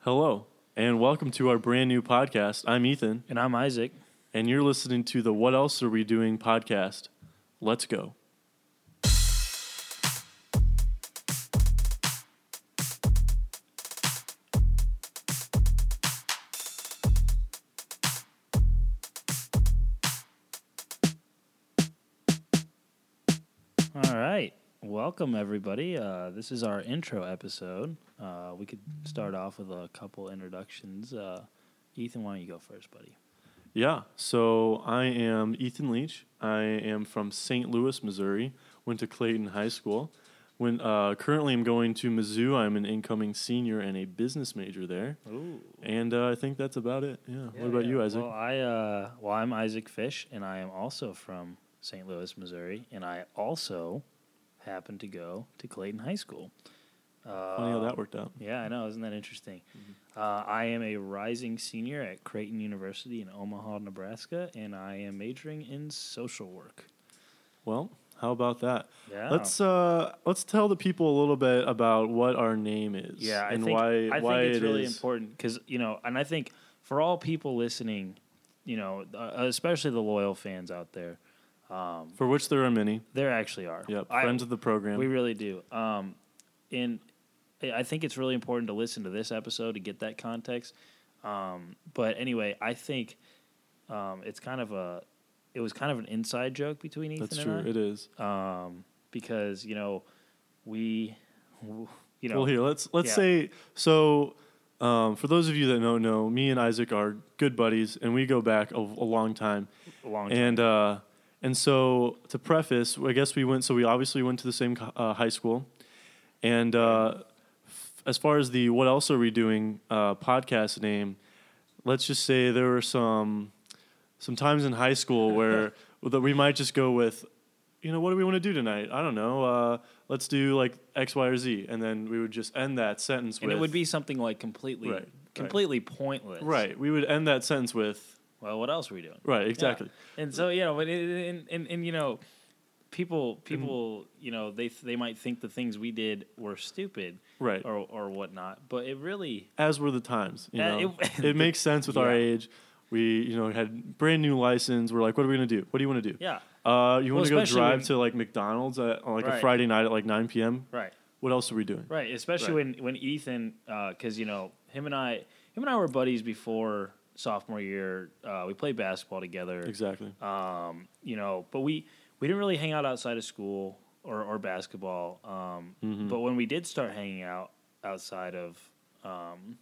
Hello, and welcome to our brand new podcast. I'm Ethan, And I'm Isaac. and you're listening to the What Else Are We Doing podcast. Let's go. All right. Welcome, everybody. Uh, this is our intro episode. Uh, we could start off with a couple introductions. Uh, Ethan, why don't you go first, buddy? Yeah, so I am Ethan Leach. I am from St. Louis, Missouri. Went to Clayton High School. When uh, currently I'm going to Mizzou. I'm an incoming senior and a business major there. Ooh. And uh, I think that's about it. Yeah. what about you, Isaac? Well, I, uh, well, I'm Isaac Fish, and I am also from St. Louis, Missouri, and I also happen to go to Clayton High School. Uh, Funny how that worked out. Yeah, I know. Isn't that interesting? Mm-hmm. Uh, I am a rising senior at Creighton University in Omaha, Nebraska, and I am majoring in social work. Well, how about that? Yeah. Let's uh let's tell the people a little bit about what our name is. yeah, I and think, why I why think it's it really is. important because you know, and I think for all people listening, you know, uh, especially the loyal fans out there, um, for which there are many. there actually are. Yep, I- friends of the program. We really do. Um, and I I think it's really important to listen to this episode to get that context. Um, but anyway, I think um, it's kind of a, it was kind of an inside joke between Ethan That's and true. I, It is. um, because you know, we, w- you know, well, here let's let's yeah. say so. Um, for those of you that don't know, me and Isaac are good buddies, and we go back a, a long time. a long time. And uh, and so to preface, I guess we went. So we obviously went to the same co- uh, high school, and uh, f- as far as the what else are we doing uh, podcast name, let's just say there were some some times in high school where that we might just go with, you know, what do we want to do tonight? I don't know. Uh, let's do like X, Y, or Z, and then we would just end that sentence and with. it would be something like completely, Right, right. completely pointless. right. We would end that sentence with Well, what else were we doing? right. Exactly. And so you know, but it, and, and and you know, people people you know they they might think the things we did were stupid Right. or or whatnot, but it really as were the times. You Uh, know? it, it- makes sense with our Yeah. age. We, you know, had brand new license. We're like, what are we gonna do? What do you want to do? yeah Uh, you Well, want to go especially drive when- to like McDonald's at, on like a Right. Friday night at like 9 p.m. right What else are we doing? right especially Right. when when Ethan because you know him and I him and I were buddies before sophomore year uh, we played basketball together Exactly. um, you know but we we didn't really hang out outside of school or or basketball um, but when we did start hanging out outside of um,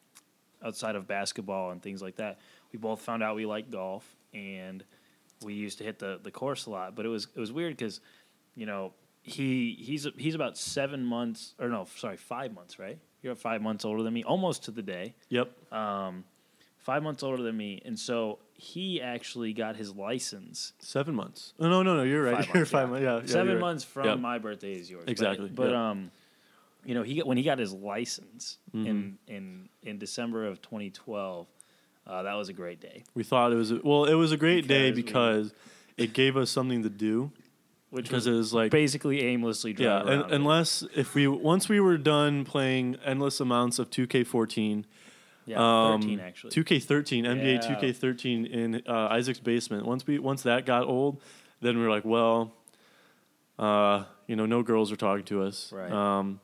outside of basketball and things like that we both found out we liked golf and we used to hit the the course a lot but it was it was weird because you know he he's he's about seven months or no sorry five months right you're five months older than me almost to the day Yep. um, five months older than me, and so he actually got his license Seven months. Oh, No, no, no, no. You're right. Five you're months, five yeah. months. Yeah. yeah, seven you're right. months from Yep. my birthday is yours. But- Exactly, but, yep. um, you know, he got, when he got his license in Mm-hmm. in in December of 2012, uh, that was a great day, We thought it was a, well. It was a great day Because because it gave us something to do. which Because was it was like basically aimlessly Yeah, driving un unless if we once we were done playing endless amounts of 2K14, yeah, um, 13 actually. 2K13, NBA Yeah. 2K13 in uh, Isaac's basement. Once we once that got old, then we were like, well, uh, you know, no girls are talking to us. Right. Um,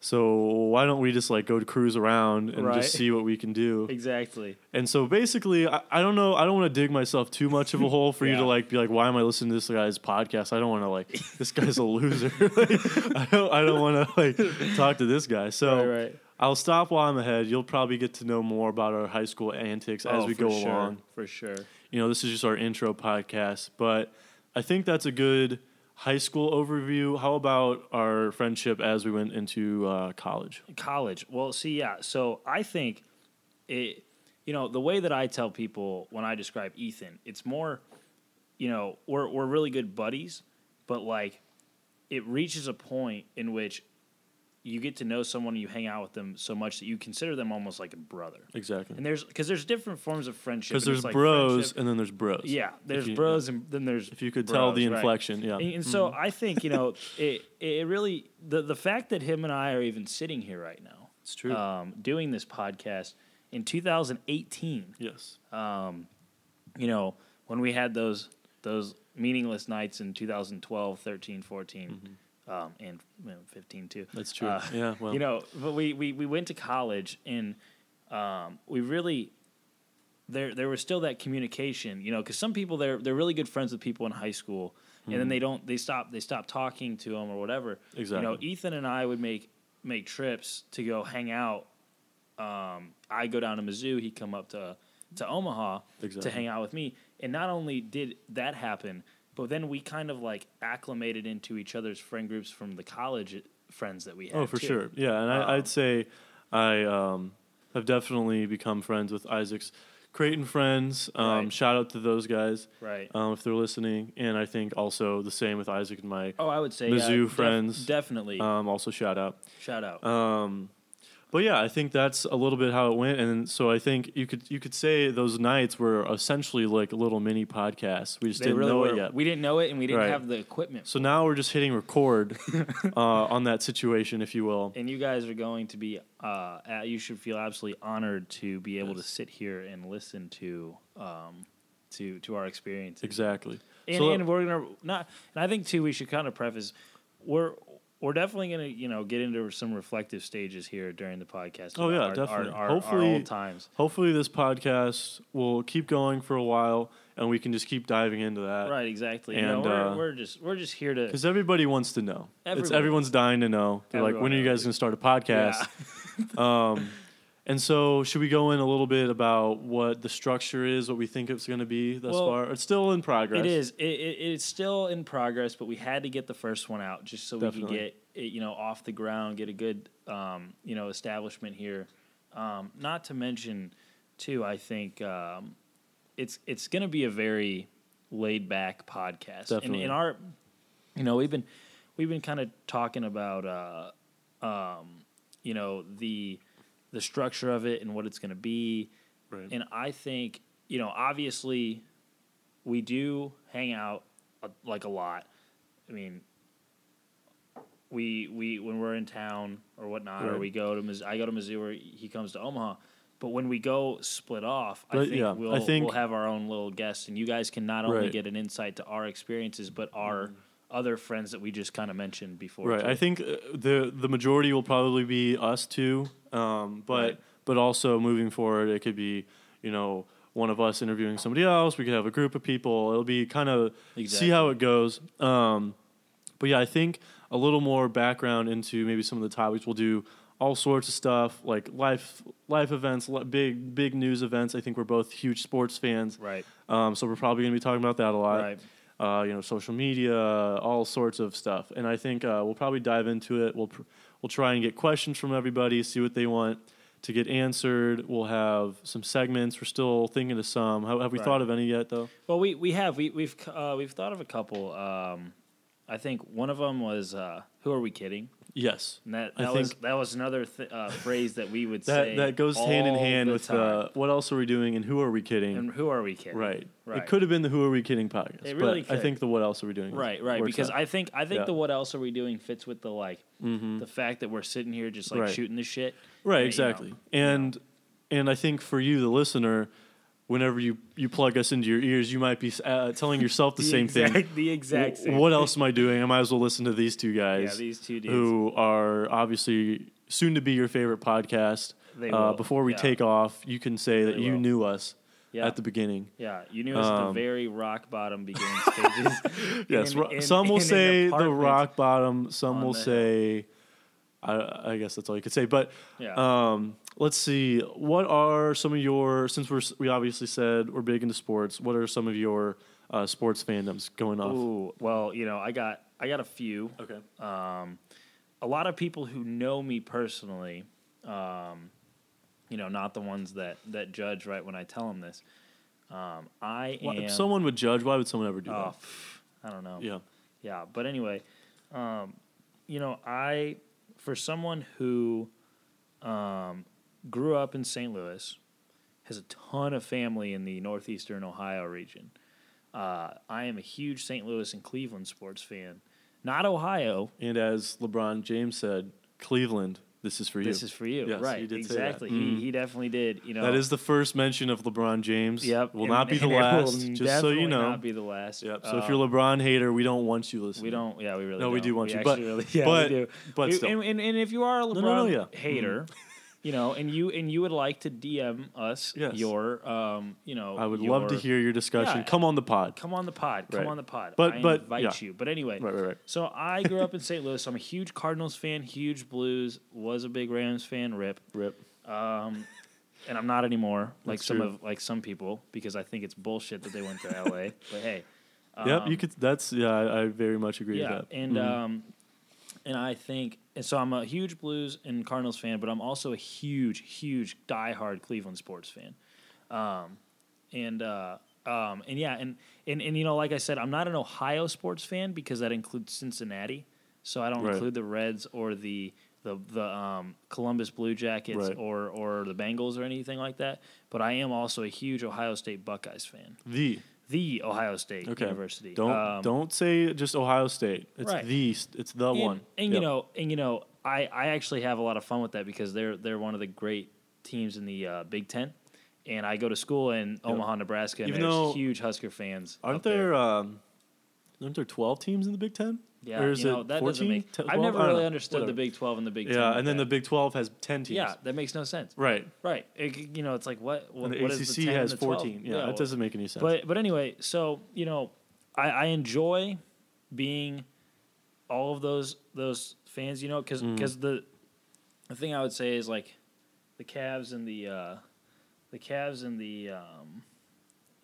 so why don't we just like go to cruise around and Right. just see what we can do? exactly. And so basically, I, I don't know. I don't want to dig myself too much of a hole for you Yeah. to like be like, why am I listening to this guy's podcast? I don't want to like, this guy's a loser. Like, I don't. I don't want to like talk to this guy. So Right, right. I'll stop while I'm ahead. You'll probably get to know more about our high school antics as Oh, we for go sure, along. for sure. You know, this is just our intro podcast, but I think that's a good high school overview. How about our friendship as we went into uh, college? college. Well, see, yeah. So I think it, you know, the way that I tell people when I describe Ethan, it's more, you know, we're we're really good buddies, but like, it reaches a point in which you get to know someone, you hang out with them so much that you consider them almost like a brother. Exactly. And there's because there's different forms of friendship. Because and it's there's like bros friendship- and then there's bros. Yeah, there's you- bros, and then there's If you could tell the bros, right. inflection, Mm-hmm. yeah. And, and so I think you know it. It really the the fact that him and I are even sitting here right now, It's true. um, doing this um, podcast in 2018. Yes. Um, you know, when we had those those meaningless nights in 2012, 13, 14, um, and you know, 15 too. Mm-hmm. That's true. Uh, yeah. Well, you know, but we, we, we went to college and um, we really there there was still that communication, you know, because some people they're they're really good friends with people in high school, and Mm-hmm. then they don't they stop they stop talking to them or whatever. You know, Exactly. Ethan and I would make make trips to go hang out. Um, I go down to Mizzou, he come up to to Omaha Exactly. to hang out with me, and not only did that happen, but then we kind of like acclimated into each other's friend groups from the college friends that we had. oh, for too. sure. Yeah. And I, Um, I'd say I um, have definitely become friends with Isaac's Creighton friends. Um, Right. Shout out to those guys Right. um, if they're listening. And I think also the same with Isaac and Mike. Oh, I would say Mizzou def- friends. definitely. Um, also, shout out. Shout out. Um, but yeah, I think that's a little bit how it went, and so I think you could you could say those nights were essentially like little mini podcasts. We just they didn't really know were. it yet. We didn't know it, and we didn't Right. have the equipment. so now we're just hitting record uh, on that situation, if you will. And you guys are going to be. Uh, uh, you should feel absolutely honored to be able to sit here and listen to. Um, to, to our experiences. Exactly. and, so and we're gonna not and i think too we should kind of preface we're we're definitely gonna you know get into some reflective stages here during the podcast Oh, about yeah, our, definitely. our, our, Hopefully- our old times hopefully this podcast will keep going for a while, and we can just keep diving into that. right exactly you know, and, we're, uh, we're just we're just here to Because everybody wants to know. It's Everyone. everyone's dying to know. They're like, Everyone when are you guys going to start a podcast? um, and so, should we go in a little bit about what the structure is, what we think it's going to be thus Well, far? It's still in progress. It is. It, it, it's still in progress, but we had to get the first one out just so we Definitely. could get it, you know, off the ground, get a good, um, you know, establishment here. Um, not to mention, too, I think um, it's it's going to be a very laid back podcast. And Definitely. in our, you know, we've been we've been kind of talking about, uh, um, you know, the the structure of it and what it's going to be. Right. And I think, you know, obviously we do hang out uh, like a lot. I mean, we we when we're in town or whatnot, or Right. we go to Miz- I go to Mizzou, or he comes to Omaha. But when we go split off, I But, think yeah, I we'll think- we'll have our own little guests, and you guys can not only Right. Mm-hmm. get an insight to our experiences, but our other friends that we just kind of mentioned before. Right. too. I think uh, the the majority will probably be us two, um, but Right. but also moving forward, it could be you know one of us interviewing somebody else. We could have a group of people. It'll be kind of see Exactly. how it goes. Um, but yeah, I think a little more background into maybe some of the topics we'll do. All sorts of stuff like life, life events, li- big, big news events. I think we're both huge sports fans, right, um, so we're probably going to be talking about that a lot right. uh, you know, social media, all sorts of stuff. And I think uh, we'll probably dive into it. We'll pr- we'll try and get questions from everybody, see what they want to get answered. We'll have some segments. We're still thinking of some. Have, have we Right. thought of any yet, though? Well, we we have we we've uh, we've thought of a couple. Um, I think one of them was uh, "Who are we kidding?" Yes. And that I that was think- that was another th- uh, phrase that we would That say that goes hand in all hand the with time. the what else are we doing and who are we kidding? and who are we kidding? right. right. It could have been the who are we kidding podcast. It really but I could. think the what else are we doing? right, right. works Because out. I think I think Yeah. Mm-hmm. the what else are we doing fits with the like the fact that we're sitting here just like Right. shooting the shit. Right, Yeah, you exactly. know, and and I think for you, the listener, whenever you you plug us into your ears, you might be uh, telling yourself the, same thing. exact- The exact W- same. What else am I doing? I might as well listen to these two guys. Yeah, these two dudes. who are obviously soon to be your favorite podcast. They uh, will, before we yeah. take off, you can say that They you will. knew us Yeah. at the beginning. Yeah, you knew us at the Um, very rock bottom beginning stages. Yes, In- ro- in- some will in an say the apartment. rock bottom. Some on will the hill. say, I, I guess that's all you could say. But Yeah. um, let's see. What are some of your? Since we're s- we obviously said we're big into sports. What are some of your uh, sports fandoms going off? Ooh, well, you know, I got I got a few. Okay. um, a lot of people who know me personally, um, you know, not the ones that that judge right when I tell them this. Um, I Why- am. if someone would judge, why would someone ever do oh, that? pff, I don't know. Yeah. Yeah, but anyway, um, you know, I for someone who um, grew up in St. Louis, has a ton of family in the northeastern Ohio region. Uh, I am a huge St. Louis and Cleveland sports fan. Not Ohio, And as LeBron James said, Cleveland This is for this you. is for you. Yes, right. he did say that. exactly. Mhm. He, he definitely did. You know, That is the first mention of LeBron James. Yep. Will and- not be the and it will last. Just so definitely you know. Not be the last. yep. So if Um, you're a LeBron hater, we don't want you listening. we don't. Yeah, we really. No, we do don't. want you, actually but- really, yeah, but- we do. but We- still. and, and, and if you are a LeBron no, no, yeah. Mm. hater, you know, and you and you would like to DM us Yes. your, um, you know, I would love to your- hear your discussion. Yeah. Come on the pod. Come on the pod. Come Right. on the pod. But- I but, invite yeah. you. But anyway, Right, right, right. So I grew up in St. Louis. I'm a huge Cardinals fan, huge Blues. Was a big Rams fan. Rip. Rip. Um, and I'm not anymore, like That's some true. of like some people, because I think it's bullshit that they went to L.A. But hey, yep. um, You could. That's yeah. I, I very much agree yeah, with that. and um, and I think and so. I'm a huge Blues and Cardinals fan, but I'm also a huge, huge diehard Cleveland sports fan. Um, and uh, um, and yeah, and, and and you know, like I said, I'm not an Ohio sports fan because that includes Cincinnati, so I don't Right. include the Reds or the the the um, Columbus Blue Jackets Right. or or the Bengals or anything like that. But I am also a huge Ohio State Buckeyes fan. the The Ohio State okay. University. Don't Um, don't say just Ohio State. It's Right. the it's the and, one. And Yep. you know, and you know, I, I actually have a lot of fun with that because they're they're one of the great teams in the uh, Big Ten, and I go to school in Omaha, Nebraska, and Even there's though- huge Husker fans. aren't up there? there, um, aren't there twelve teams in the Big Ten? Yeah, Or is you know, it that 14? doesn't make. Te- I've 12? never I don't really know. understood the Whatever. Big Twelve and the Big Ten. Yeah, like and then that. the Big Twelve has ten teams. yeah, that makes no sense. Right. Right. It- you know, it's like what what, And the what ACC is the 10 and has the 12? fourteen. Yeah, well, it doesn't make any sense. But but anyway, so you know, I, I enjoy being all of those those fans. You know, because Mm. the the thing I would say is like the Cavs and the uh, the Cavs and the um,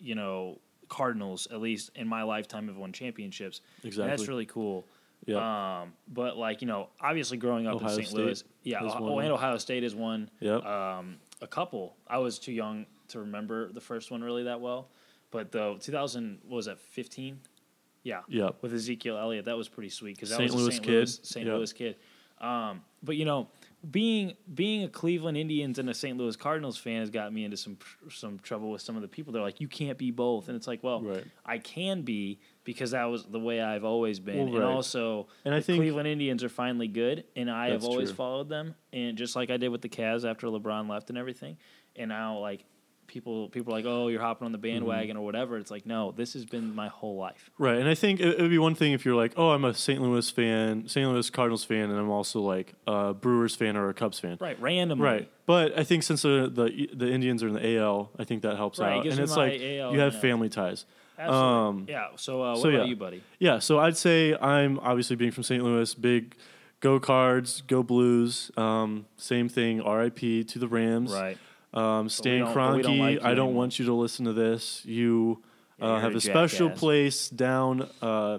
you know Cardinals at least in my lifetime have won championships. And Exactly. that's really cool. yeah. Um, but like you know, obviously growing up Ohio in St. State Louis, yeah, has oh, won oh, one. and Ohio State has won Yep. um, a couple. I was too young to remember the first one really that well, but the 2000 what was that 15, yeah, Yep. with Ezekiel Elliott, that was pretty sweet because that St. was a Louis St. kid. Louis St. Yep. Louis kid. Um, but you know, being being a Cleveland Indians and a St. Louis Cardinals fan has got me into some some trouble with some of the people. They're like, you can't be both, and it's like, well, Right. I can be because that was the way I've always been, Well, and right. also And I the think- Cleveland Indians are finally good, and I have That's always true. followed them, and just like I did with the Cavs after LeBron left and everything, and now like. People, people are like, oh, you're hopping on the Mm-hmm. bandwagon or whatever. It's like, no, this has been my whole life. Right, and I think it, it would be one thing if you're like, oh, I'm a St. Louis fan, St. Louis Cardinals fan, and I'm also like a Brewers fan or a Cubs fan. Right, randomly. Right, but I think since the the, the Indians are in the AL, I think that helps Right, it out, gives and me it's my like AL you have now. family ties. Absolutely. Um, yeah. So, uh, what so, about yeah. you, buddy? Yeah, so I'd say I'm obviously being from St. Louis, big go Cards, go Blues. Um, same thing. R.I.P. to the Rams. Um, Stan don't- but Kroenke, we don't like you I don't anymore. want you to listen to this. You Yeah, uh, you're have a a special jackass. place down uh,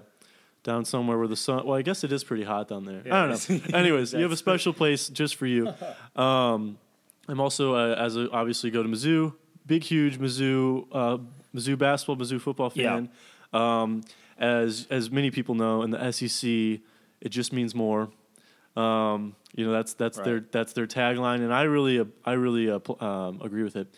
down somewhere where the sun. Well, I guess it is pretty hot down there. I don't know. Anyways, you have a special place just for you. Um, I'm also uh, as a, obviously go to Mizzou, big huge Mizzou uh, Mizzou basketball, Mizzou football Yeah. fan. Um, as as many people know, in the SEC, it just means more. Um, you know that's that's their Right. that's their tagline, and I really uh, I really uh, pl- um, agree with it.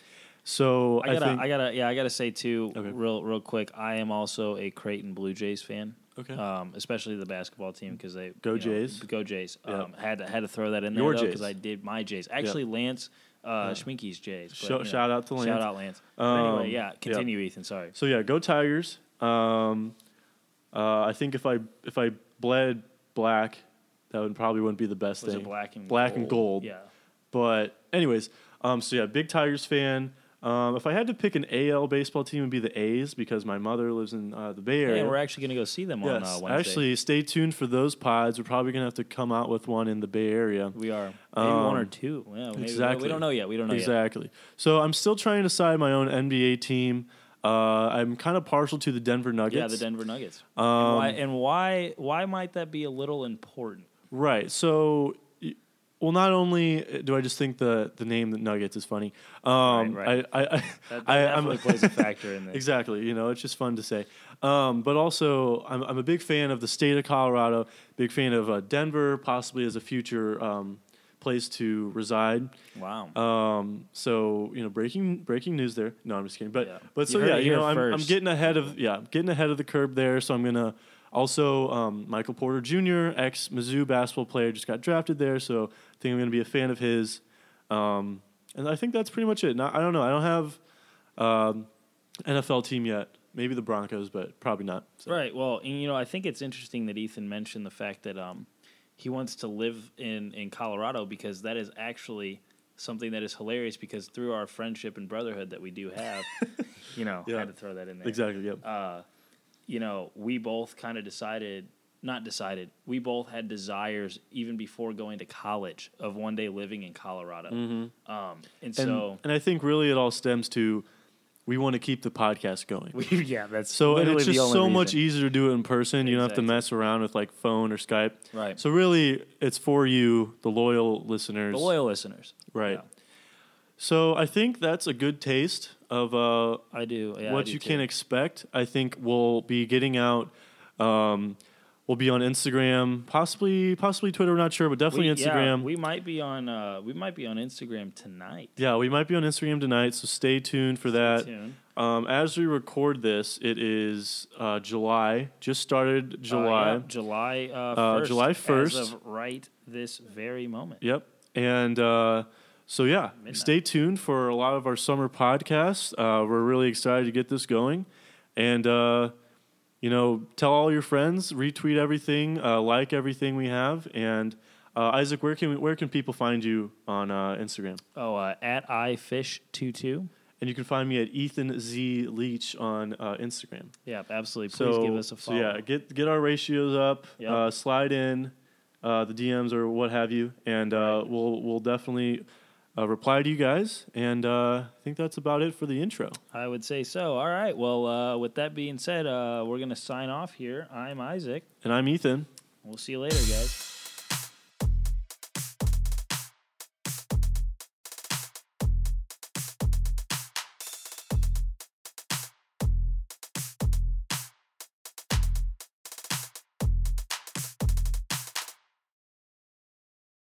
So I I, gotta, I, think gotta, yeah, I gotta say too, Okay. real, real quick. I am also a Creighton Blue Jays fan. Okay. Um, especially the basketball team because they Go you know, Jays. go Jays. Yeah. Um, had to, had to throw that in Your there because Jays. I did my Jays. Actually, Lance uh, Schminke's Jays. Shout- shout out to Lance. Shout out Lance. But Um, anyway, yeah, yeah. continue, Ethan. Sorry. so. Yeah, go Tigers. Um, uh, I think if I if I bled black, that would probably wouldn't be the best Was thing. it black and black and gold. Yeah. But anyways, um, so yeah, big Tigers fan. Um, if I had to pick an AL baseball team, it would be the A's because my mother lives in uh, the Bay Area. And we're actually gonna go see them on uh, yes, Wednesday. actually, stay tuned for those pods. We're probably gonna have to come out with one in the Bay Area. we are maybe one or Um, two. Yeah, maybe- exactly. We don't know yet. We don't know yet. exactly. So I'm still trying to decide my own NBA team. Uh, I'm kind of partial to the Denver Nuggets. Yeah, the Denver Nuggets. and, um, why, and why? Why might that be a little important? Right. So, y- well, not only uh, do I just think the the name the Nuggets is funny. Um, right. I, I, I, That, that I I'm- definitely plays a factor in this. Exactly. You know, it's just fun to say. Um, but also, I'm, I'm a big fan of the state of Colorado, big fan of uh, Denver, possibly as a future um, place to reside. Wow. Um, so you know, breaking breaking news there. No, I'm just kidding. But Yeah. but so You heard yeah, it you know, here I'm, I'm first. getting ahead of yeah, I'm getting ahead of the curb there. So I'm gonna Also, um, Michael Porter Jr., ex Mizzou basketball player, just got drafted there, so I think I'm going to be a fan of his. Um, and I think that's pretty much it. Not, I don't know. I don't have um, NFL team yet. Maybe the Broncos, but probably not. So. Right. Well, and you know, I think it's interesting that Ethan mentioned the fact that um, he wants to live in in Colorado because that is actually something that is hilarious because through our friendship and brotherhood that we do have, you know, Yeah. I had to throw that in there. Exactly. Yep. Uh, you know, we both kind of decided, not decided, we both had desires even before going to college of one day living in Colorado. Um, and Mm-hmm. and, so, and I think really it all stems to we want to keep the podcast going. we, yeah, that's So and it's literally the just so only much reason. easier to do it in person. You don't have to Exactly. mess around with like phone or Skype. Right. So really, it's for you, the loyal listeners. The loyal listeners. Right. Yeah. So I think that's a good taste of uh, I do. Yeah, I what do you too. can expect. I think we'll be getting out. Um, we'll be on Instagram, possibly, possibly Twitter. We're not sure, but We- definitely yeah, Instagram. we might be on. Uh, we might be on Instagram tonight. yeah, we might be on Instagram tonight, so stay tuned for Stay that. tuned. Um, as we record this, it is uh, July. Just started Uh, July. yeah, July. Uh, Uh, 1st, July as 1st. of right this very moment. Yep. And uh, so, yeah, Midnight. stay tuned for a lot of our summer podcasts. Uh, we're really excited to get this going. And, uh, you know, tell all your friends, retweet everything, uh, like everything we have. And, uh, Isaac, where can, we, where can people find you on uh, Instagram? Oh, uh, at ifish22. And you can find me at Ethan Z. Leach on uh, Instagram. Yeah, absolutely. So, Please give us a so follow. yeah, get get our ratios up. Yep. Uh, slide in uh, the DMs or what have you, and uh, we'll we'll definitely uh, reply to you guys. And uh, I think that's about it for the intro. I would say so. All right. Well, uh, with that being said, uh, we're going to sign off here. I'm Isaac. And I'm Ethan. We'll see you later, guys.